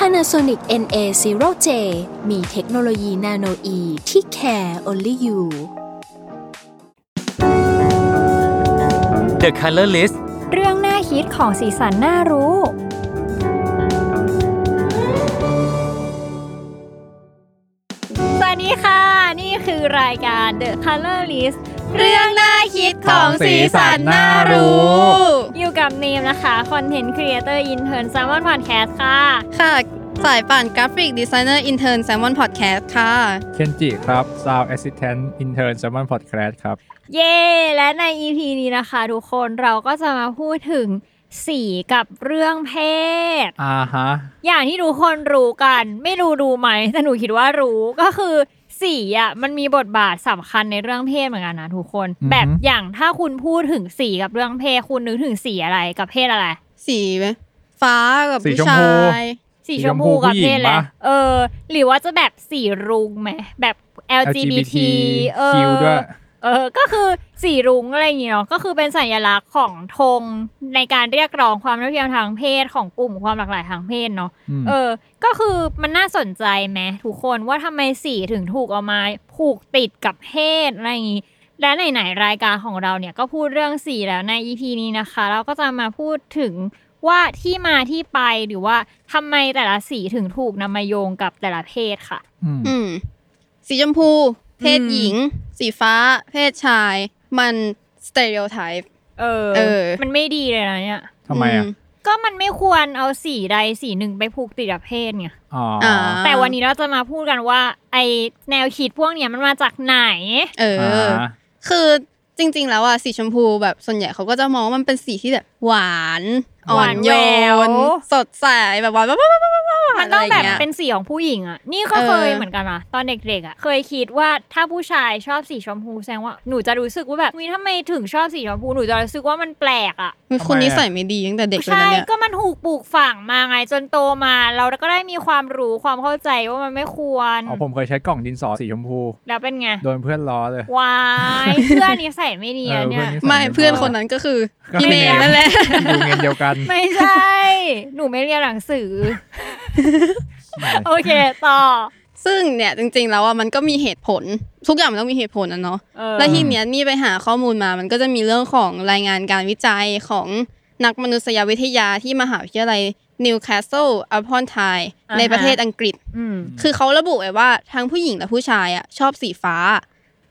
Panasonic NA0J มีเทคโนโลยีนาโนอีที่ care only you The Color List เรื่องหน้าฮิตของสีสันน่ารู้ สวัสดีค่ะ นี่คือรายการ The Color List เรื่องหน้าฮิตของสีสันน่ารู้ อยู่กับเนมนะคะ Content Creator Intern Salmon Podcast ค่ะ ค่ะ สายป่านกราฟิกดีไซเนอร์อินเทอร์นแซมมอนพอดแคสต์ค่ะ เคนจิครับ Sound Assistant Intern s a l m o n Podcast ครับ เย้ และใน EP นี้นะคะ ทุกคนเราก็จะมาพูดถึงสีกับเรื่องเพศ อ่าฮะ อย่างที่ทุกคนรู้กัน ไม่รู้รู้ไหมแต่หนูคิดว่ารู้ก็คือสีอ่ะมันมีบทบาทสำคัญในเรื่องเพศเหมือนกันนะทุกคน อือฮึ แบบอย่างถ้าคุณพูดถึงสีกับเรื่องเพศ คุณนึกถึงสีอะไรกับเพศอะไร สีฟ้ากับ สี ผู้ ชม ชา พู ย สีชมพูกับเพศอะไร ผู้หญิงปะ เออ หรือว่าจะแบบสีรุ้งไหมแบบ LGBT เออ คิวด้วย เออ ก็คือสีรุ้งอะไรอย่างเงี้ยเนาะ ก็คือเป็นสัญลักษณ์ของธงในการเรียกร้องความเท่าเทียมทางเพศของกลุ่มความหลากหลายทางเพศเนาะ อืม เออ ก็คือมันน่าสนใจไหมทุกคนว่าทำไมสีถึงถูกเอามาผูกติดกับเพศอะไรอย่างงี้ และไหนๆรายการของเราเนี่ยก็พูดเรื่องสีแล้วใน EP นี้นะคะ เราก็จะมาพูดถึงว่าที่มาที่ไปหรือว่าทำไมแต่ละสีถึงถูกนำมาโยงกับแต่ละเพศค่ะ ม อืม สีชมพู เพศหญิง สีฟ้า เพศชาย มันสเต r ร o t ไทป์ เออ เออ มันไม่ดีเลยนะเนี่ย ทำไมอ่ะ ก็มันไม่ควรเอาสีใดสีหนึ่งไปผูกติดกับเพศไง อ๋ออ อ่า แต่วันนี้เราจะมาพูดกันว่า ไอแนวคิดพวกเนี้ยมันมาจากไหน เอออ า คือจริง ๆ แล้วอะสีชมพูแบบส่วนใหญ่เขาก็จะมองว่ามันเป็นสีที่แบบ หวาน อ่อนโย หวาน น แหวว สดใส แบบหวานว้าวว้าวว้าวว้าว มันต้องแบบ ะไรย่า เป็ ย นสีของผู้หญิงอะนี่ก็เคย เออ เหมือนกันนะตอนเด็กๆอะเคยคิดว่าถ้าผู้ชายชอบสีชมพูแสดงว่าหนูจะรู้สึกว่าแบบวิทำไมถึงชอบสีชมพูหนูจะรู้สึกว่ามันแปลกอะ มันคุณนิสัยไม่ดีตั้งแต่เด็กเลย ใช่ นะเนี่ย ก็มันถูกปลูกฝังมาไงจนโตมา เราก็ได้มีความรู้ความเข้าใจว่ามันไม่ควร อ๋อผมเคยใช้กล่องดินสอสีชมพู แล้วเป็นไง โดนเพื่อนล้อเลยว ายเพื่อนนิสัยไม่ดีอะเนี่ย สัย ไม่เพื่อน ดี คนนั้นก็คือ ก็ พี่เนมนั่นแหละ อยู่เงินเดียวกัน ไม่ใช่ หนูไม่เรียนหนังสือ โอเค ต่อ ซึ่งเนี่ยจริงๆแล้วอ่ะมันก็มีเหตุผล ทุกอย่างมันต้องมีเหตุผลนะเนาะ เออ และทีเนี้ยนี่ไปหาข้อมูลมา มันก็จะมีเรื่องของรายงานการวิจัยของนักมนุษยวิทยาที่มหาวิทยาลัยนิวคาสเซิลอัพอนไท อ่าฮะ ในประเทศอังกฤษ อืม คือเขาระบุไว้ว่าทั้งผู้หญิงและผู้ชายอ่ะชอบสีฟ้า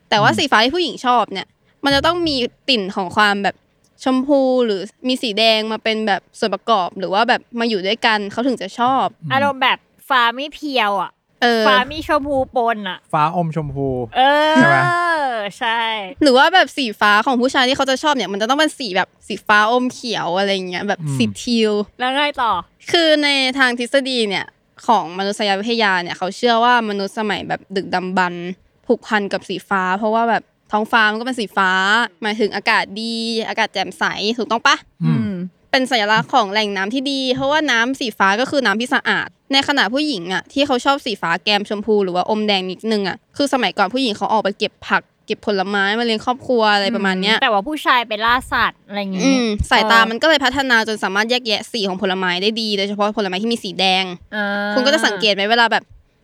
แต่ว่าสีฟ้าที่ผู้หญิงชอบเนี่ย มันจะต้องมีติ่นของความแบบชมพูหรือมีสีแดงมาเป็นแบบส่วนประกอบ หรือว่าแบบมาอยู่ด้วยกันเขาถึงจะชอบ อารมณ์แบบฟ้าไม่เพียวอ่ะ เออ ฟ้าไม่ชมพูปนอ่ะ ฟ้าอมชมพู เอ ใช่ปะ อ ใช่ หรือว่าแบบสีฟ้าของผู้ชายที่เขาจะชอบเนี่ย มันจะต้องเป็นสีแบบสีฟ้าอมเขียวอะไรอย่างเงี้ยแบบ อืม สีทิว แล้วไงต่อ คือในทางทฤษฎีเนี่ย ของมนุษยวิทยาเนี่ย เขาเชื่อว่ามนุษย์สมัยแบบดึกดำบรรพ์ผูกพันกับสีฟ้า เพราะว่าแบบท้องฟ้ามันก็เป็นสีฟ้าหมายถึงอากาศดี อากาศแจ่มใสถูกต้องปะ อืม เป็นสัญลักษณ์ของแหล่งน้ำที่ดี เพราะว่าน้ำสีฟ้าก็คือน้ำที่สะอาด ในขณะผู้หญิงอ่ะที่เขาชอบสีฟ้าแกมชมพูหรือว่าอมแดงนิดนึงอ่ะคือสมัยก่อนผู้หญิงเขาออกไปเก็บผัก เก็บผลไม้มาเลี้ยงครอบครัวอะไรประมาณเนี้ย แต่ว่าผู้ชายไปล่าสัตว์อะไรอย่าง อื งี้ มสายตา เออ มันก็เลยพัฒนาจนสามารถแยกแยะสีของผลไม้ได้ดี โดยเฉพาะผลไม้ที่มีสีแดง อ่า คุณก็จะสังเกตไหมเวลาแบบ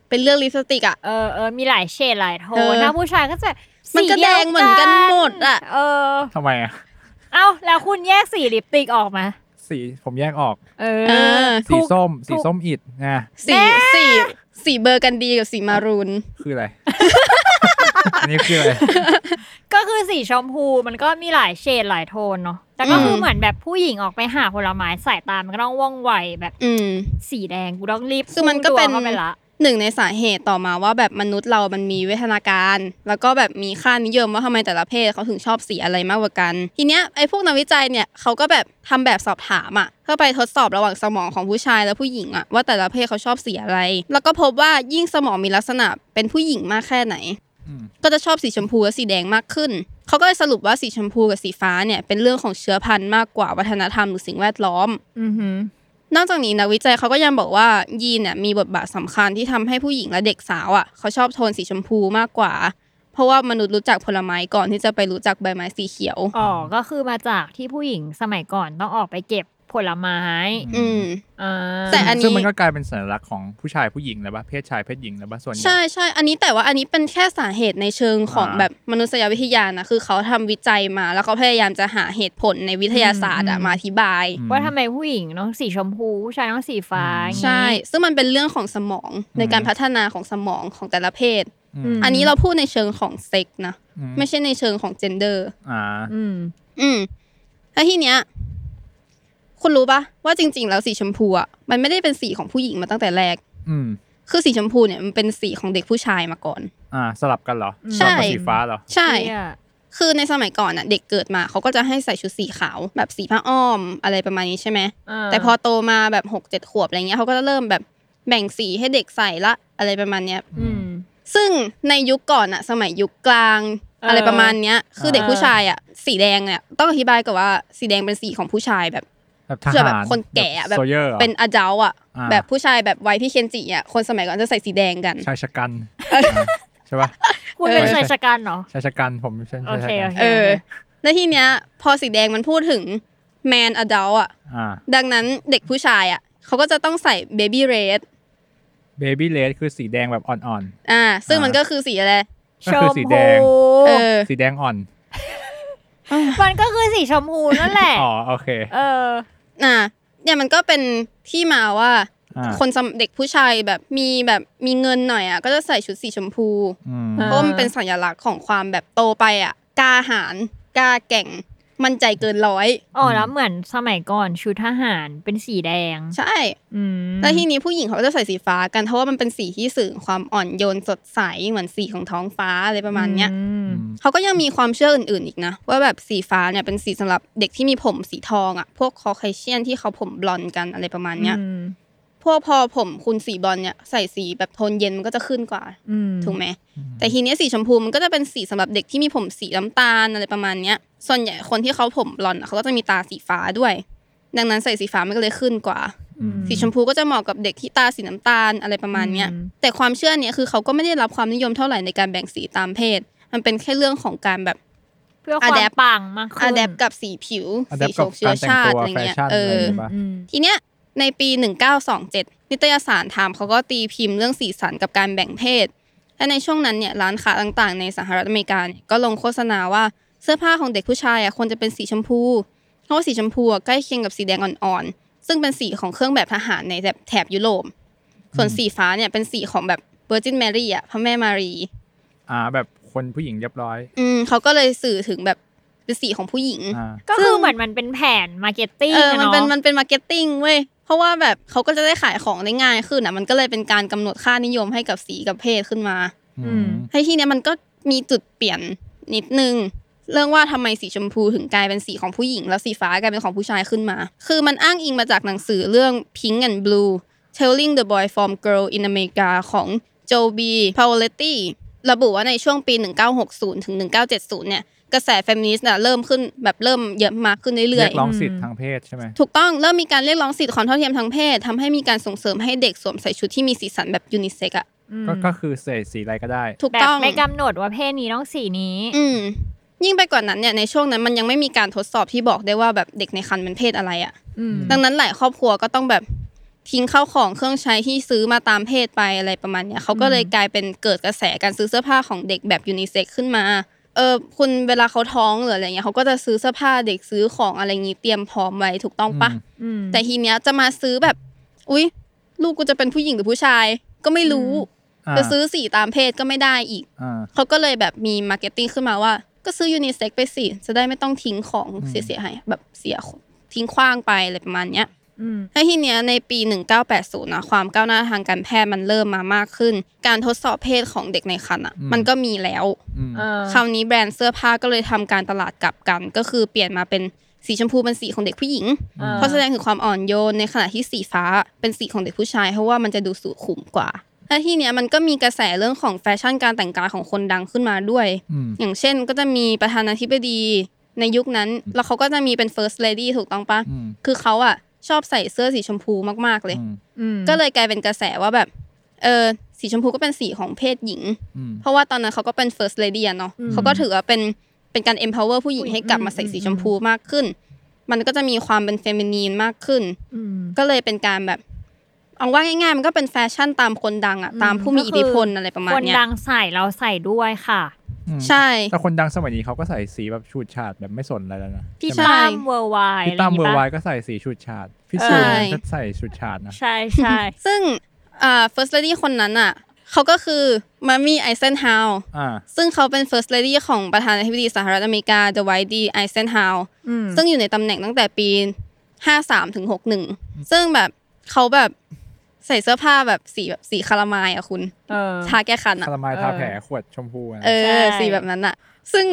เป็นเลือกลิปสติกอะ เออเออมีหลายเฉดหลายโท เอนอ นะผู้ชายก็จะสี มันก็แดงเหมือนกันหมดอะ เออ ทำไมอ่ะ เอ้า แล้วคุณแยกสีลิปสติกออกไหมา สีผมแยกออก เอ เอ อ อ สีส้ม สีส้มอิดนะ สีสีสีเบอร์กันดีกับสีมารูน คือ อะไร อันนี้คืออะไร ก็คือสีชมพูมันก็มีหลายเฉดหลายโทนเนาะ แต่ก็คือ ม เหมือนแบบผู้หญิงออกไปหาผลไม้สายตามันก็ต้องว่องไวแบบ อืม สีแดงกูต้องรีบ คือมันก็ พุ่งตัว เป็น ข้าไป็นละ หนึ่งในสาเหตุต่อมาว่าแบบมนุษย์เรามันมีเวทนาการ แล้วก็แบบมีค่านิยมว่าทำไมแต่ละเพศเขาถึงชอบสีอะไรมากกว่ากัน ทีเนี้ยไอ้พวกนักวิจัยเนี่ยเขาก็แบบทำแบบสอบถามอ่ะเพื่อไปทดสอบระหว่างสมองของผู้ชายและผู้หญิงอ่ะว่าแต่ละเพศเขาชอบสีอะไร แล้วก็พบว่ายิ่งสมองมีลักษณะเป็นผู้หญิงมากแค่ไหน อืม ก็จะชอบสีชมพูและสีแดงมากขึ้น เขาก็เลยสรุปว่าสีชมพูกับสีฟ้าเนี่ยเป็นเรื่องของเชื้อพันธุ์มากกว่าวัฒนธรรมหรือสิ่งแวดล้อม อือหือน อกจากนี้นักวิจัยเขาก็ยังบอกว่ายีนเนี่ยมีบทบาทสำคัญที่ทำให้ผู้หญิงและเด็กสาวอ่ะเขาชอบโทนสีชมพูมากกว่า เพราะว่ามนุษย์รู้จักผลไม้ก่อนที่จะไปรู้จักใบไม้สีเขียว อ๋อก็คือมาจากที่ผู้หญิงสมัยก่อนต้องออกไปเก็บผลไม้ อื อืม อ่า แต่อันนี้ ซึ่งมันก็กลายเป็นสัญลักษณ์ของผู้ชายผู้หญิงแล้วปะเพศชายเพศหญิงแล้วปะส่วนใหญ่ ใช่ใช่อันนี้แต่ว่าอันนี้เป็นแค่สาเหตุในเชิงของ อ่า แบบมนุษยวิทยานะคือเขาทำวิจัยมาแล้วเขาพยายามจะหาเหตุผลในวิทยาศาสตร์อะมาอธิบาย อืม ว่าทำไมผู้หญิงต้องสีชมพูผู้ชายต้องสีฟ้าอย่างงี้ ใช่ ซึ่งมันเป็นเรื่องของสมอง อืม ในการพัฒนาของสมองของแต่ละเพศ อืม ม อันนี้เราพูดในเชิงของเซ็กนะ อื ไม่ใช่ในเชิงของเจนเดอร์ อ่า อืม อืม แล้วทีเนี้ย คุณรู้ปะว่าจริง ๆ แล้วสีชมพูอ่ะ มันไม่ได้เป็นสีของผู้หญิงมาตั้งแต่แรก อืม คือสีชมพูเนี่ยมันเป็นสีของเด็กผู้ชายมาก่อน อ่า สลับกันเหรอ อืม สลับกับสีฟ้าเหรอ ใช่ เชี่ย คือในสมัยก่อนอ่ะ เด็กเกิดมาเขาก็จะให้ใส่ชุดสีขาว แบบสีผ้าอ้อมอะไรประมาณนี้ใช่ไหม า แต่พอโตมาแบบหกเจ็ดขวบอะไรเงี้ยเขาก็จะเริ่มแบบแบ่งสีให้เด็กใส่ละอะไรประมาณเนี้ย อืม ซึ่งในยุคก่อนอะสมัยยุคกลาง เอออ อะไรประมาณเนี้ย คือเด็ก เออ ผู้ชายอะสีแดงเนี่ยต้องอธิบายกับว่าสีแดงเป็นสีของผู้ชายแบบ แบบท เสื้อแบ หา บ ร คนแก่อะแบบ โซเยอร์หรอ เป็นอาเจ้าอะ อ่า แบบผู้ชายแบบวัยพี่เคนจิอะคนสมัยก่อนจะใส่สีแดงกัน ชายชะกันใช่ปะ คุณเป็นชายชะกันเหรอ ชายชะกันผมใช่ โอ ชายชะกัเคโอน เค เออแล้วทีเนี้ย พอสีแดงมันพูดถึงแมนอเจ้าอะ อ่า ดังนั้นเด็กผู้ชายอะเขาก็จะต้องใส่เบบี้เรด เบบี้เลดคือสีแดงแบบอ่อน อ่า ซึ่งมันก็คือสีอะไร ๆก็คือสีแดง เออ สีแดงอ่อน มันก็คือสีชมพูนั่นแหละ อ๋อโอเค เออ อ่า เนี่ยมันก็เป็นที่มาว่า อ่า คนสำเด็กผู้ชายแบบมีแบบมีเงินหน่อยอ่ะก็จะใส่ชุดสีชมพู อืม อ่า เพราะว่ามันเป็นสัญลักษณ์ของความแบบโตไปอ่ะกล้าหาญกล้าแกร่ง มั่นใจเกินร้อย อ๋อแล้วเหมือนสมัยก่อนชุดทหารเป็นสีแดง ใช่ อืม แล้วทีนี้ผู้หญิงเขาก็จะใส่สีฟ้ากันเพราะว่ามันเป็นสีที่สื่อความอ่อนโยนสดใสเหมือนสีของท้องฟ้าอะไรประมาณเนี้ย อืม อืม เขาก็ยังมีความเชื่ออื่นๆอีกนะ ว่าแบบสีฟ้าเนี่ยเป็นสีสำหรับเด็กที่มีผมสีทองอ่ะพวกคอคเชียนที่เขาผมบลอนด์กันอะไรประมาณเนี้ย อืม พวกพอผมคุณสีบลอนด์เนี่ยใส่สีแบบโทนเย็นมันก็จะขึ้นกว่า อืม ถูกไหม แต่ทีเนี้ยสีชมพูมันก็จะเป็นสีสำหรับเด็กที่มีผมสีน้ำตาลอะไรประมาณเนี้ย ส่วนใหญ่คนที่เขาผมบลอนด์อะเขาก็จะมีตาสีฟ้าด้วย ดังนั้นใส่สีฟ้ามันก็เลยขึ้นกว่า อืม สีชมพูก็จะเหมาะกับเด็กที่ตาสีน้ำตาลอะไรประมาณเนี้ย อืม แต่ความเชื่อเนี้ยคือเขาก็ไม่ได้รับความนิยมเท่าไหร่ในการแบ่งสีตามเพศ มันเป็นแค่เรื่องของการแบบ เพื่อความ adapt ปังมากขึ้น อะแดปกับสีผิว สี adapt ชมเชื้อชาติ กับการอะไร แต่งตัวแฟเงี้ยชั่น เอ อะไร อ เงี้ย อืมอืม ทีเนี้ยในปี 1927 นิตยสารไทม์เขาก็ตีพิมพ์เรื่องสีสันกับการแบ่งเพศ และในช่วงนั้นเนี่ยร้านค้าต่างๆ ในสหรัฐอเมริกาเนี่ยก็ลงโฆษณาว่าเสื้อผ้าของเด็กผู้ชายอ่ะควรจะเป็นสีชมพู เพราะว่าสีชมพูอ่ะใกล้เคียงกับสีแดงอ่อนๆ ซึ่งเป็นสีของเครื่องแบบทหารในแถบแถบยุโรป ส่วนสีฟ้าเนี่ยเป็นสีของแบบ Virgin Mary อ่ะพระแม่มารี อ่าแบบคนผู้หญิงเรียบร้อย อืมเขาก็เลยสื่อถึงแบบเป็นสีของผู้หญิง อ่า ก็คือเหมือนมันเป็นแผนมาเก็ตติ้ง เออ มันเป็น เนาะ มันเป็นมาร์เก็ตติ้งเว้ย เพราะว่าแบบเขาก็จะได้ขายของได้ง่ายขึ้นอ่ะ มันก็เลยเป็นการกำหนดค่านิยมให้กับสีกับเพศขึ้นมา อืม ให้ที่เนี้ยมันก็มีจุดเปลี่ยนนิดนึง เรื่องว่าทำไมสีชมพูถึงกลายเป็นสีของผู้หญิง แล้วสีฟ้ากลายเป็นของผู้ชายขึ้นมา คือมันอ้างอิงมาจากหนังสือเรื่อง Pink and Blue Telling the Boy from Girl in America ของ Joe B. Pavoletti ระบุว่าในช่วงปี 1960 ถึง 1970 เนี่ย กระแสเฟมินิสต์น่ะเริ่มขึ้นแบบเริ่มเยอะมากขึ้นเรื่ เรี อย ย ก ๆ ร้องสิทธิ์ทางเพศใช่ไหม ถูกต้องเริ่มมีการเรียกร้องสิทธิความเท่าเทียมทางเพศทำให้มีการส่งเสริมให้เด็กสวมใส่ชุดที่มีสีสันแบบยูนิเซ็กอะ ก็ก็คือเสสีอะไรก็ได้ ถูก แบบ ต้อง ไม่กำหนดว่าเพศนี้ต้องสีนี้ อืมยิ่งไปกว่านั้นเนี่ยในช่วงนั้นมันยังไม่มีการทดสอบที่บอกได้ว่าแบบเด็กในครรภ์เป็นเพศอะไรอะ อืม ดังนั้นหลายครอบครัวก็ต้องแบบทิ้งเข้าวของเครื่องใช้ที่ซื้อมาตามเพศไปอะไรประมาณเนี้ยเขาก็เลยกลายเป็นเกิดกระแสการซื้อเสื้อผ้าของเด็กแบบยูนิเซ็กขึ้นมาเออคุณเวลาเขาท้องหรืออะไรเงี้ยเขาก็จะซื้อเสื้อผ้าเด็กซื้อของอะไรงี้เตรียมพร้อมไว้ถูกต้องปะ อืม อืม แต่ทีเนี้ยจะมาซื้อแบบ อุ๊ย ลูกกูจะเป็นผู้หญิงหรือผู้ชาย ก็ไม่รู้ อ่า จะซื้อสีตามเพศก็ไม่ได้อีก อ่า เขาก็เลยแบบมีมาร์เก็ตติ้งขึ้นมาว่า ก็ซื้อยูนิเซ็กไปสิ จะได้ไม่ต้องทิ้งของ อืม เสียๆหายแบบเสียทิ้งขว้างไปอะไรประมาณเนี้ย อืม แล้วทีเนี้ยในปี 1980นะความก้าวหน้าทางการแพทย์มันเริ่มมามากขึ้น การทดสอบเพศของเด็กในครรภ์อ่ะ อืม มันก็มีแล้ว อืม เออ คราวนี้แบรนด์เสื้อผ้าก็เลยทำการตลาดกลับกัน ก็คือเปลี่ยนมาเป็นสีชมพูเป็นสีของเด็กผู้หญิง ออ เพราะแสดงถึงความอ่อนโยนในขณะที่สีฟ้าเป็นสีของเด็กผู้ชาย เพราะว่ามันจะดูสุขุมกว่าและที่เนี้ยมันก็มีกระแสเรื่องของแฟชั่นการแต่งกายของคนดังขึ้นมาด้วย อืม อย่างเช่นก็จะมีประธานาธิบดีในยุคนั้น แล้วเขาก็จะมีเป็น first lady ถูกต้องปะ อืม คือเขาอะชอบใส่เสื้อสีชมพูมากๆเลย อืม อืม ก็เลยกลายเป็นกระแสว่าแบบ เออสีชมพูก็เป็นสีของเพศหญิง อืม เพราะว่าตอนนั้นเขาก็เป็น first lady อะเนาะเขาก็ถือว่าเป็นเป็นการ empower ผู้หญิงให้กลับมาใส่สีชมพูมากขึ้น มันก็จะมีความเป็นเฟมินีนมากขึ้น อืม ก็เลยเป็นการแบบเอาว่าง่ายๆ มันก็เป็นแฟชั่นตามคนดังอะ อืม ตามผู้มีอิทธิพลอะไรประมาณ คน เนี้ย ดังใส่เราใส่ด้วยค่ะ อืม ใช่ แต่คนดังสมัยนี้เขาก็ใส่สีแบบชูดฉาดแบบไม่สนอะไรแล้วนะ พี่ ใช่ไหม ตั้มเวอร์ไวน์ พี่ตั้ม ะ เวอ ไย่ ร์ ง ไว งี้ปะ ก็ใส่สีชูดฉาดพี่ เออ ซูนก็ใส่ชูดฉาดนะ ใช่ใช่ ซึ่งอ่า first lady คนนั้นอะเขาก็คือมามี่ไอเซนฮาว อ่า ซึ่งเขาเป็น first lady ของประธานาธิบดีสหรัฐอเมริกา The White D. Eisenhower อืม ซึ่งอยู่ในตำแหน่งตั้งแต่ปี 53 ถึง 61 ซึ่งแบบเขาแบบใส่เสื้อผ้าแบบสีแบบสีคารามายอะคุณ เออ ทาแก้คันอะ คาราไมายทาแผลขวดชมพูนะ เอ ใช่ อ สีแบบนั้นอะซึ่ง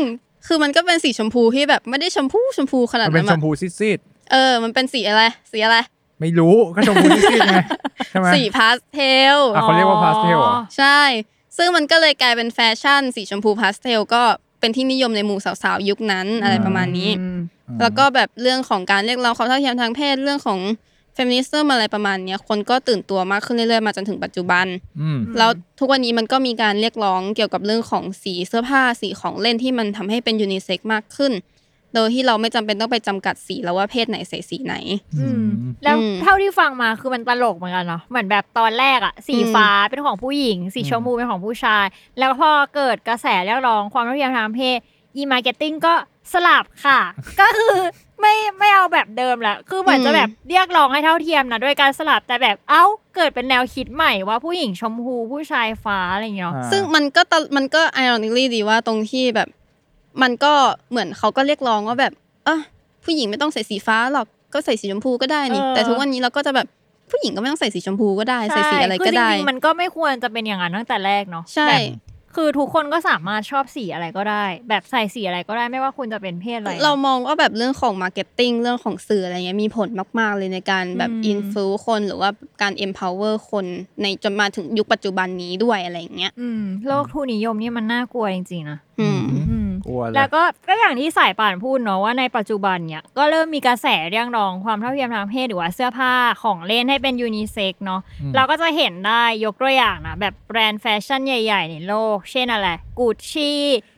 คือมันก็เป็นสีชมพูที่แบบไม่ได้ชมพูชมพูขนาด มันเป็ นั้น น ช อะ มพูซีด เออ มันเป็นสีอะไร สีอะไร ๆไม่รู้ก็ชมพูซีด ๆไงใช่ไหม สีพาสเทล อ่ะเขาเรียกว่าพาสเทลเหรอ ใช่ ซึ่งมันก็เลยกลายเป็นแฟชั่น สีชมพูพาสเทลก็เป็นที่นิยมในหมู่สาวๆยุคนั้นอะไรประมาณนี้ อืม อืม แล้วก็แบบเรื่องของการเรียกร้องความเท่าเทียมทางเพศเรื่องของเฟมินิสต์อะไรประมาณเนี้ยคนก็ตื่นตัวมากขึ้นเรื่อยๆมาจนถึงปัจจุบัน อืม แล้วทุกวันนี้มันก็มีการเรียกร้องเกี่ยวกับเรื่องของสีเสื้อผ้าสีของเล่นที่มันทำให้เป็นยูนิเซ็กซ์มากขึ้น โดยที่เราไม่จำเป็นต้องไปจำกัดสีแล้วว่าเพศไหนใส่สีไหน อืมแล้ว อืม เท่าที่ฟังมาคือมันตลกเหมือนกันเนาะเหมือนแบบตอนแรกอะสี อืม ฟ้าเป็นของผู้หญิง สี อืม ชมพูเป็นของผู้ชาย แล้วพอเกิดกระแสเรียกร้องความเท่าเทียมทางเพศอีมาร์เก็ตติ้งก็สลับค่ะ ก็คือไม่ไม่เอาแบบเดิมละคือเหมือนจะแบบเรียกร้องให้เท่าเทียมนะด้วยการสลับแต่แบบเอ้าเกิดเป็นแนวคิดใหม่ว่าผู้หญิงชมพูผู้ชายฟ้าอะไรอย่างเงี้ยเนาะ อ่า ซึ่งมันก็ตะมันก็ไอรอนิคลี่ดีว่าตรงที่แบบ มันก็เหมือนเขาก็เรียกร้องว่าแบบเออผู้หญิงไม่ต้องใส่สีฟ้าหรอกก็ใส่สีชมพูก็ได้นี่ เออ แต่ทุกวันนี้เราก็จะแบบผู้หญิงก็ไม่ต้องใส่สีชมพูก็ได้ใส่สีอะไรก็ คืจ ได้ ริงๆมันก็ไม่ควรจะเป็นอย่างนั้นตั้งแต่แรกเนาะ ใช่ แบบคือทุกคนก็สามารถชอบสีอะไรก็ได้ แบบใส่สีอะไรก็ได้ไม่ว่าคุณจะเป็นเพศอะไร เรามองว่าแบบเรื่องของมาร์เก็ตติ้งเรื่องของสื่ออะไรเงี้ยมีผลมาก ๆ เลยในการแบบ อืม อินฟลูคนหรือว่าการ empower คนในจนมาถึงยุคปัจจุบันนี้ด้วยอะไรอย่างเงี้ย อืมโลกทุนนิยมนี่มันน่ากลัวจริงๆนะ อืม อืม อืม กลัวเล แล้ ยว ก็ก็อย่างที่สายป่านพูดเนาะว่าในปัจจุบันเนี่ยก็เริ่มมีกระแสเรียกร้องความเท่าเทียมทางเพศหรือว่าเสื้อผ้าของเล่นให้เป็นยูนิเซ็กซ์เนาะ อืม เราก็จะเห็นได้ยกตัวอย่างนะแบบแบรนด์แฟชั่นใหญ่ๆ ในโลก เช่นอะไรกูช c ี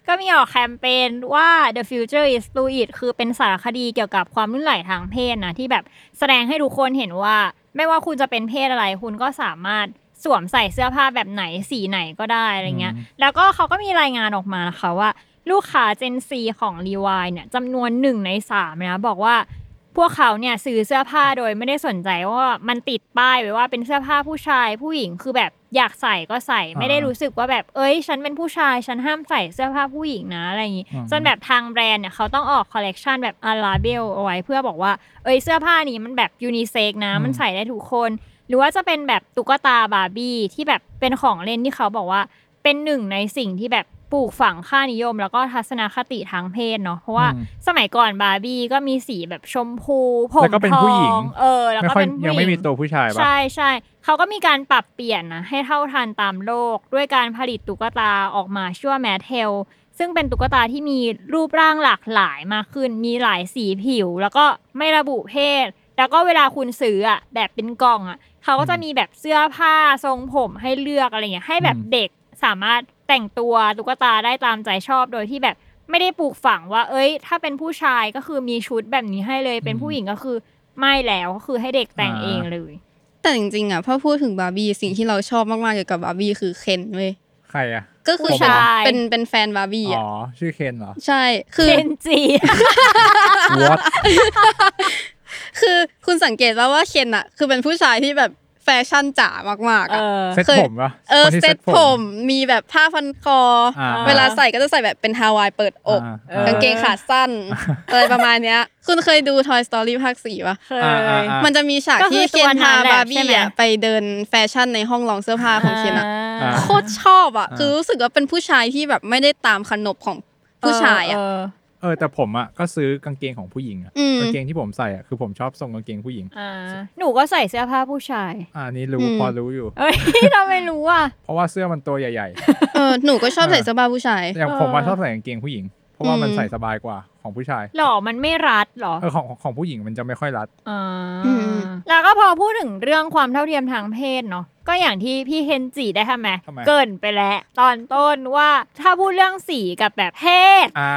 ก็มีออกแคมเปญว่า the future is fluid คือเป็นสารคดีเกี่ยวกับความลื่นไหลทางเพศนะที่แบบแสดงให้ทุกคนเห็นว่า ไม่ว่าคุณจะเป็นเพศอะไร คุณก็สามารถสวมใส่เสื้อผ้าแบบไหนสีไหนก็ได้อะไรเงี้ย อืม แล้วก็เขาก็มีรายงานออกมานะคะว่า ลูกค้า Gen Z ของ Levi เนี่ยจำนวนหนึ่งในสามนะบอกว่า พวกเขาเนี่ยซื้อเสื้อผ้าโดยไม่ได้สนใจว่ามันติดป้ายไว้ว่าเป็นเสื้อผ้าผู้ชายผู้หญิงคือแบบอยากใส่ก็ใส่ ไม่ได้รู้สึกว่าแบบเอ้ย ฉันเป็นผู้ชายฉันห้ามใส่เสื้อผ้าผู้หญิงนะอะไรอย่างงี้ อืม จนแบบทางแบรนด์เนี่ยเขาต้องออกคอลเลกชันแบบอาราเบลเอาไว้เพื่อบอกว่าเอ้ยเสื้อผ้านี้มันแบบยูนิเซ็กนะมันใส่ได้ทุกคน หรือว่าจะเป็นแบบตุ๊กตาบาร์บี้ที่แบบเป็นของเล่นที่เขาบอกว่า เป็นหนึ่งในสิ่งที่แบบปลูกฝังค่านิยม แล้วก็ทัศนคติทางเพศเนาะเพราะว่า อืม สมัยก่อนบาร์บี้ก็มีสีแบบชมพูผม แล้วก็เป็น ทอ ผู้หญิง เออ แล้ว ไม่ ก็ ค่อย เป็นผู้หญิง ยังไม่มีตัวผู้ชายปะ ใช่ใช่เขาก็มีการปรับเปลี่ยนนะให้เท่าทันตามโลก ด้วยการผลิตตุ๊กตาออกมาชื่อว่าแมทเทลซึ่งเป็นตุ๊กตาที่มีรูปร่างหลากหลายมากขึ้น มีหลายสีผิว แล้วก็ไม่ระบุเพศ แล้วก็เวลาคุณซื้ออ่ะแบบเป็นกล่องอ่ะเขาก็จะมีแบบเสื้อผ้าทรงผมให้เลือกอะไรเงี้ยให้แบบ อืม เด็กสามารถแต่งตัวตุ๊กตาได้ตามใจชอบโดยที่แบบไม่ได้ปลูกฝังว่า เอ้ย ถ้าเป็นผู้ชายก็คือมีชุดแบบนี้ให้เลยเป็นผู้หญิงก็คือไม่แล้วก็คือให้เด็กแต่งเองเลย แต่จริงๆอ่ะพอพูดถึงบาร์บี้สิ่งที่เราชอบมากๆเกี่ยวกับบาร์บี้คือเคนเว้ย ใครอ่ะ ก็คือ ผู้ชาย เป็นเป็นแฟนบาร์บี้ อ๋ อ่ะ อ ชื่อเคนเหร อ ใช่คือ เป็นจี วอต คือคุณสังเกตว่าว่าเคนอะคือเป็นผู้ชายที่แบบ แฟชั่นจ๋ามากๆ เอ อะ อ เซ็ต เคย ผมปะ เออ คนที่ เซ็ตผมมีแบบผ้าพันคออา เวลาใส่ก็จะใส่แบบเป็นฮาวายเปิดอก อ่า เออ กางเกงขาสั้น อะไรประมาณเนี้ย คุณเคยดู Toy Story ภาคสี่ปะ เคย อ่าอ่าอ่า มันจะมีฉาก ก็คือ ที่เคนพา ตัวนั้นแหละ บาร์ ใช่ บี้ ไหม อะไปเดินแฟชั่นในห้องลองเสื้อผ้าของเคนอะ อ่า โคตรชอบอะคือรู้สึกว่าเป็นผู้ชายที่แบบไม่ได้ตามขนบของผู้ชายอะ เออ เออแต่ผมอ่ะก็ซื้อกางเกงของผู้หญิงอะ อืม กางเกงที่ผมใส่อ่ะคือผมชอบทรงกางเกงผู้หญิง เอออ่าหนูก็ใส่เสื้อผ้าผู้ชาย อ่านี่รู้ อืม พอรู้อยู่ เอ้ย เราไม่รู้อ่ะ เพราะว่าเสื้อมันตัวใหญ่ เออหนูก็ชอบใส่เสื้อผ้าผู้ชาย ๆ อย่างผมอะ เออ ชอบใส่กางเกงผู้หญิง เพราะว่ามัน อืม ใส่สบายกว่าของผู้ชาย หล่อมันไม่รัดหรอ เออของของของผู้หญิงมันจะไม่ค่อยรัด อ่า อืม แล้วก็พอพูดถึงเรื่องความเท่าเทียมทางเพศเนาะก็อย่างที่พี่เคนจิได้ทำไหม ทำไม เกรินไปแล้ว ตอนต้นว่าถ้าพูดเรื่องสีกับแบบเพศ อ่า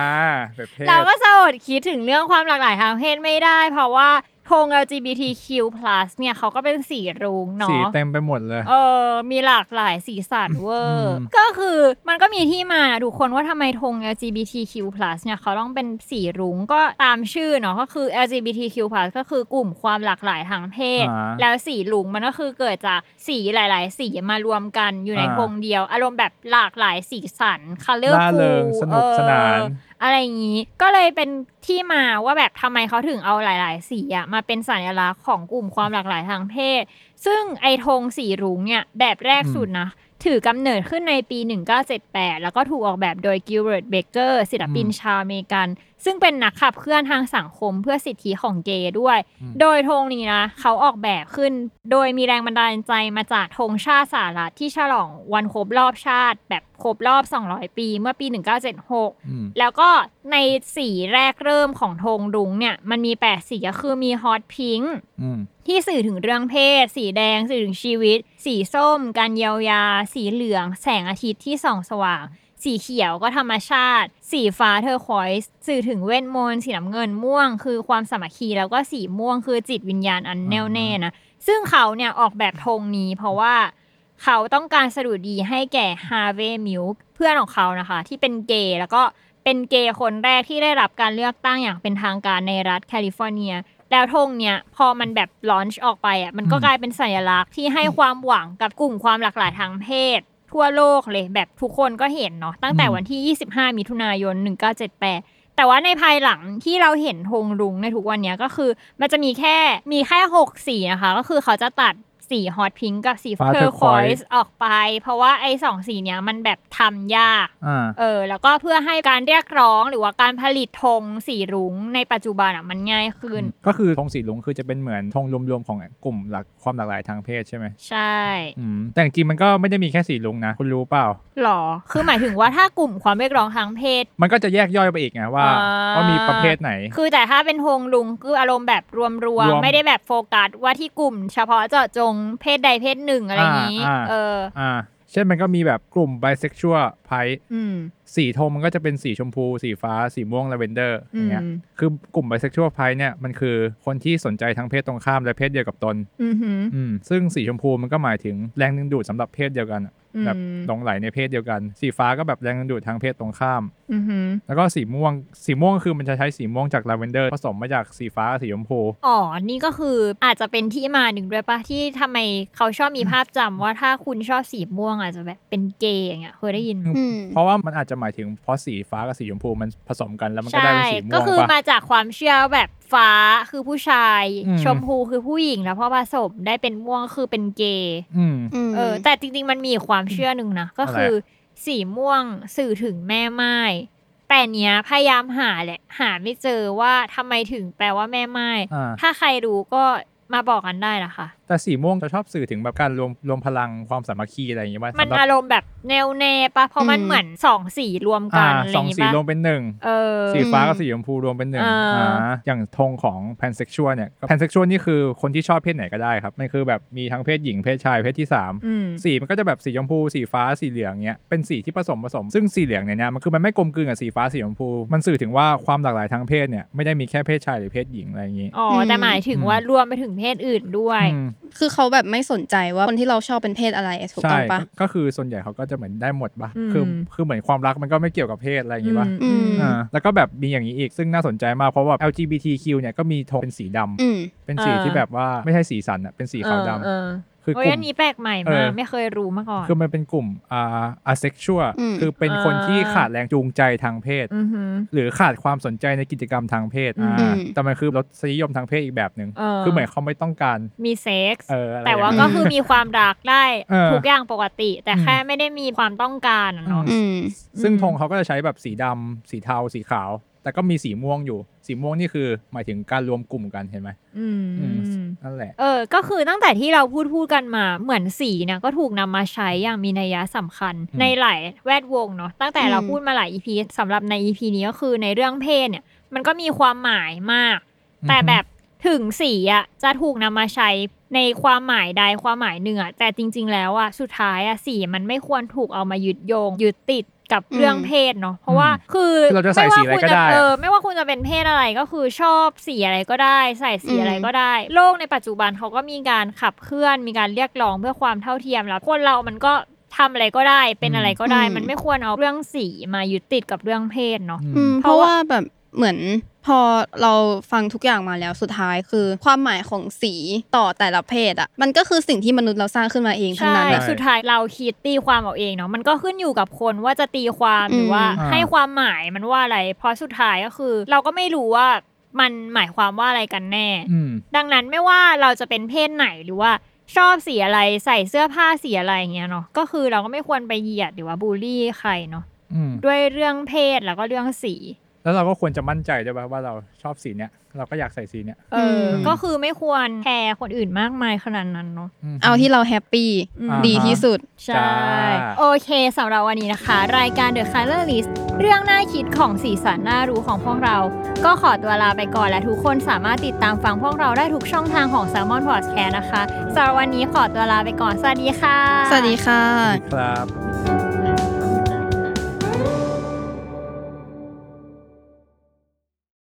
แบบเพศ เราก็สะอดคิดถึงเรื่องความหลากหลายทางเพศไม่ได้ เพราะว่าธง LGBTQ+ เนี่ยเขาก็เป็นสีรุ้ง สี เนาะ เต็มไปหมดเลย เออ มีหลากหลายสีสันเวอร์ อืม ก็คือมันก็มีที่มาทุกคนว่าทำไมธง LGBTQ+ เนี่ยเขาต้องเป็นสีรุ้งก็ตามชื่อเนาะก็คือ LGBTQ+ ก็คือกลุ่มความหลากหลายทางเพศ อ่า แล้วสีรุ้งมันก็คือเกิดจากสีหลาย ๆ สีมารวมกันอยู่ใน อ่า ธงเดียว อารมณ์แบบหลากหลายสีสัน colorful ล่าเริงสนุกสนาน เออ อะไรอย่างนี้ก็เลยเป็นที่มาว่าแบบทำไมเขาถึงเอาหลาย ๆ สีอะมาเป็นสัญลักษณ์ของกลุ่มความหลากหลายทางเพศ ซึ่งไอธงสีรุ้งเนี่ยแบบแรกสุดนะ ถือกำเนิดขึ้นในปี 1978 แล้วก็ถูกออกแบบโดยกิลเบิร์ตเบเกอร์ศิลปิน อืม ชาวอเมริกัน ซึ่งเป็นนักขับเคลื่อนทางสังคมเพื่อสิทธิของเกย์ด้วย อืม โดยธงนี้นะ เขาออกแบบขึ้นโดยมีแรงบันดาลใจมาจากธงชาติสหรัฐที่ฉลองวันครบรอบชาติ แบบครบรอบ 200 ปีเมื่อปี 1976 อืม แล้วก็ในสีแรกเริ่มของธงรุ้งเนี่ยมันมี 8 สีก็คือมีฮอตพิงค์ อืม ที่สื่อถึงเรื่องเพศ สีแดงสื่อถึงชีวิต สีส้ม การเยียวยา สีเหลือง แสงอาทิตย์ที่ส่องสว่าง สีเขียวก็ธรรมชาติ สีฟ้าเทอร์คอยส์สื่อถึงเวทมนต์สีน้ำเงินม่วง คือความสามัคคีแล้วก็สีม่วงคือจิตวิญญาณอันแน่วแน่นะ ซึ่งเขาเนี่ยออกแบบธงนี้เพราะว่าเขาต้องการสะดุดีให้แก่ฮาร์เวย์มิลเพื่อนของเขานะคะ ที่เป็นเกย์แล้วก็เป็นเกย์คนแรกที่ได้รับการเลือกตั้งอย่างเป็นทางการในรัฐแคลิฟอร์เนีย แล้วธงเนี่ยพอมันแบบลอนช์ออกไปอ่ะมันก็ อืม กลายเป็นสัญลักษณ์ที่ให้ความหวังกับกลุ่มความหลากหลายทางเพศ ทั่วโลกเลยแบบทุกคนก็เห็นเนาะตั้งแต่วันที่ 25 มิถุนายน 1978 แต่ว่าในภายหลังที่เราเห็นธงรุ้งในทุกวันเนี้ยก็คือ มันจะมีแค่มีแค่หกสีนะคะ ก็คือเขาจะตัดสีฮอตพิงกับสี ฟ้า เทอร์คอย turquoise ส์ออกไป เพราะว่าไอ้สองสีเนี้ยมันแบบทำยาก อ่า เออ แล้วก็เพื่อให้การเรียกร้องหรือว่าการผลิตธงสีรุ้งในปัจจุบันอ่ะมันง่ายขึ้น ก็คือธงสีลุงคือจะเป็นเหมือนธงรวมๆของกลุ่มหลักความหลากหลายทางเพศใช่ไหม ใช่ อืมแต่จริงๆมันก็ไม่ได้มีแค่สีลุงนะ คุณรู้เปล่า หรอ คือหมายถึงว่าถ้ากลุ่มความเรียกร้องทางเพศ มันก็จะแยกย่อยไปอีกไงว่า อ่า ว่ามีประเภทไหน คือแต่ถ้าเป็นธงลุงคืออารมณ์แบบรวม ร ร ว ว ม มไม่ได้แบบโฟกัสว่าที่กลุ่ม เฉพาะเจาะจงเพศใดเพศหนึ่งอะไรอย่างนี้ อ่าอ่า เออ อ่า เช่นมันก็มีแบบกลุ่มไบเซ็กชวลไพ อืม สีธงมันก็จะเป็นสีชมพู สีฟ้า สีม่วงลาเวนเดอร์อ อื ย่าง ม เงี้ยคือกลุ่มไบเซ็กชวลไพเนี่ยมันคือคนที่สนใจทั้งเพศตรงข้ามและเพศเดียวกับตน อืม อืมซึ่งสีชมพูมันก็หมายถึงแรงดึงดูดสำหรับเพศเดียวกันอะ อืม แบบหลงไหลในเพศเดียวกัน สีฟ้าก็แบบแรงดึงดูดทางเพศตรงข้าม อืม แล้วก็สีม่วง สีม่วงก็คือมันจะใช้สีม่วงจากลาเวนเดอร์ผสมมาจากสีฟ้ากับสีชมพู อ๋อ นี่ก็คืออาจจะเป็นที่มาหนึ่งด้วยปะที่ทำไมเขาชอบมีภาพจำว่าถ้าคุณชอบสีม่วงอาจจะแบบเป็นเกย์อย่างเงี้ยเคยได้ยินไหม อืม เพราะว่ามันอาจจะหมายถึงเพราะสีฟ้ากับสีชมพูมันผสมกันแล้วมันก็ได้ ใช่ เป็นสีม่ ก็ วง คือ ปะ มาจากความเชื่อแบบฟ้าคือผู้ชาย อืม ชมพูคือผู้หญิงแล้วพอผสมได้เป็นม่วงคือเป็นเกย์ อืม เออแต่จริงๆ มันมีอีกความเชื่อหนึ่งนะ ก็ อะไรอะ คือสีม่วงสื่อถึงแม่ไม้ แต่เนี้ยพยายามหาแหละ หาไม่เจอว่าทำไมถึงแปลว่าแม่ไม้ อ่า ถ้าใครรู้ก็มาบอกกันได้นะคะ แต่สีม่วงจะชอบสื่อถึงแบบการรวมรวมพลังความสามัคคีอะไรอย่างเงี้ยว่า มัน สำหรับ อารมณ์แบบแนวแน่ปะ เพราะมัน อืม เหมือนสองสีรวมกั อ่าน อะไรอ สอย่าง งงี้ สี ปะ รวมเป็นหนึ่ง เออ สีฟ้ากับสีชมพูรวมเป็นหนึ่ง อ่า อ่าอย่างธงของแพนเซ็กชวลเนี่ยแพนเซ็กชวลนี่คือคนที่ชอบเพศไหนก็ได้ครับมันคือแบบมีทั้งเพศหญิงเพศชายเพศที่สาม อืม สีมันก็จะแบบสีชมพูสีฟ้าสีเหลืองเนี้ยเป็นสีที่ผสมผสม ซึ่งสีเหลืองเนี่ยนะมันคือมันไม่กลมกลืนกับสีฟ้าสีชมพู มันสื่อถึงว่าความหลากหลายทางเพศเนี่ยไม่ได้มีแค่เพศชายหรือเพศหญิงอะไรอย่างงี้ อ๋อ แต่หมายถึง อืม ว่ารวมไปถึงเพศอื่นด้วย อืม คือเขาแบบไม่สนใจว่าคนที่เราชอบเป็นเพศอะไรอะถูก ใช่ ต้อง ก็ ปะ ก็คือส่วนใหญ่เขาก็จะเหมือนได้หมดปะ อืม คือคือเหมือนความรักมันก็ไม่เกี่ยวกับเพศอะไรอย่างงี้ปะ อืม ม อ่าแล้วก็แบบมีอย่างนี้อีกซึ่งน่าสนใจมากเพราะว่า LGBTQ เนี่ยก็มีธงเป็นสีดำ อืม เป็นสีที่แบบว่าไม่ใช่สีสันอะเป็นสีขาวดำ เออเออ คือ โอ้ ก ย ลุ่ อั ม นนี้แปลกใหม่ เอ มา อ กไม่เคยรู้มาก่อน คือมันเป็นกลุ่มอ่าอาเซ็กชว อืม คือเป็นคนที่ อ่า ขาดแรงจูงใจทางเพศ อือหือ หรือขาดความสนใจในกิจกรรมทางเพศอ่า อืม แต่มันคือรสนิยมทางเพศอีกแบบหนึ่ง เออ คือเหมือนเขาไม่ต้องการ มีเซ็กส์ เอออะไร แต่อว่าย่างเงี้ย ก็คือมีความรักได้ เออ ทุกอย่างปกติ แต่ อืม แค่ไม่ได้มีความต้องการอะเนาะ อืม ซึ่ง อืม ธงเขาก็จะใช้แบบสีดำสีเทา สีขาว แต่ก็มีสีม่วงอยู่ สีม่วงนี่คือหมายถึงการรวมกลุ่มกันเห็นไหม อืม นั่นแหละ เออ ก็คือตั้งแต่ที่เราพูดพูดกันมา เหมือนสีเนะก็ถูกนำมาใช้อย่างมีนัยสำคัญ อืม ในหลายแวดวงเนาะ ตั้งแต่เรา อืม พูดมาหลายอีพีสำหรับในอีพีนี้ก็คือในเรื่องเพศเนี่ย มันก็มีความหมายมาก แต่แบบถึงสีอ่ะจะถูกนำมาใช้ในความหมายใดความหมายหนึ่งอ่ะแต่จริง ๆ แล้วอ่ะสุดท้ายอ่ะสีมันไม่ควรถูกเอามายึดโยงยึดติดกับเรื่องเพศเนาะเพราะว่าคือ คือเราจะใส่สีอะไรก็ได้ ม่ว่าคุณจ อะ เออไม่ว่าคุณจะเป็นเพศอะไรก็คือชอบสีอะไรก็ได้ ใส่สีอะไรก็ได้ โลกในปัจจุบันเขาก็มีการขับเคลื่อน มีการเรียกร้องเพื่อความเท่าเทียมแล้วคนเรามันก็ทำอะไรก็ได้ เป็นอะไรก็ได้ อืม มันไม่ควรเอาเรื่องสีมายึดติดกับเรื่องเพศเนาะ อืม อืมเพ เพราะ ราะ ว่า ว่าแบบเหมือนพอเราฟังทุกอย่างมาแล้วสุดท้ายคือ ความหมายของสีต่อแต่ละเพศอ่ะมันก็คือสิ่งที่มนุษย์เราสร้างขึ้นมาเองทั้ง ใช่ นั้นอะ สุดท้ายเราคิดตีความเอาเองเนาะ มันก็ขึ้นอยู่กับคนว่าจะตีความ อืม หรือว่า อ่า ให้ความหมายมันว่าอะไร เพราะสุดท้ายก็คือ เราก็ไม่รู้ว่ามันหมายความว่าอะไรกันแน่ อืม ดังนั้นไม่ว่าเราจะเป็นเพศไหนหรือว่าชอบสีอะไรใส่เสื้อผ้าสีอะไรอย่างเงี้ยเนาะ ก็คือเราก็ไม่ควรไปเหยียดหรือว่าบูลลี่ใครเนาะ อืม ด้วยเรื่องเพศแล้วก็เรื่องสี แล้วเราก็ควรจะมั่นใจด้วยว่าว่าเราชอบสีเนี้ย เราก็อยากใส่สีเนี้ย เอออ ม ก็คือไม่ควรแคร์คนอื่นมากมายขนาดนั้นเนาะ ม เอาที่เราแฮปปี้ อืม ดีที่สุด ใช่ โอเคสำหรับวันนี้นะคะ รายการ The Color List เรื่องน่าคิดของสีสันน่ารู้ของพวกเรา ก็ขอตัวลาไปก่อนและทุกคนสามารถติดตามฟังพวกเราได้ทุกช่องทางของ s a l m o n Podcast นะคะสำหรับวันนี้ขอตัวลาไปก่อน สวัสดีค่ะ สวัสดีค่ะ ครับ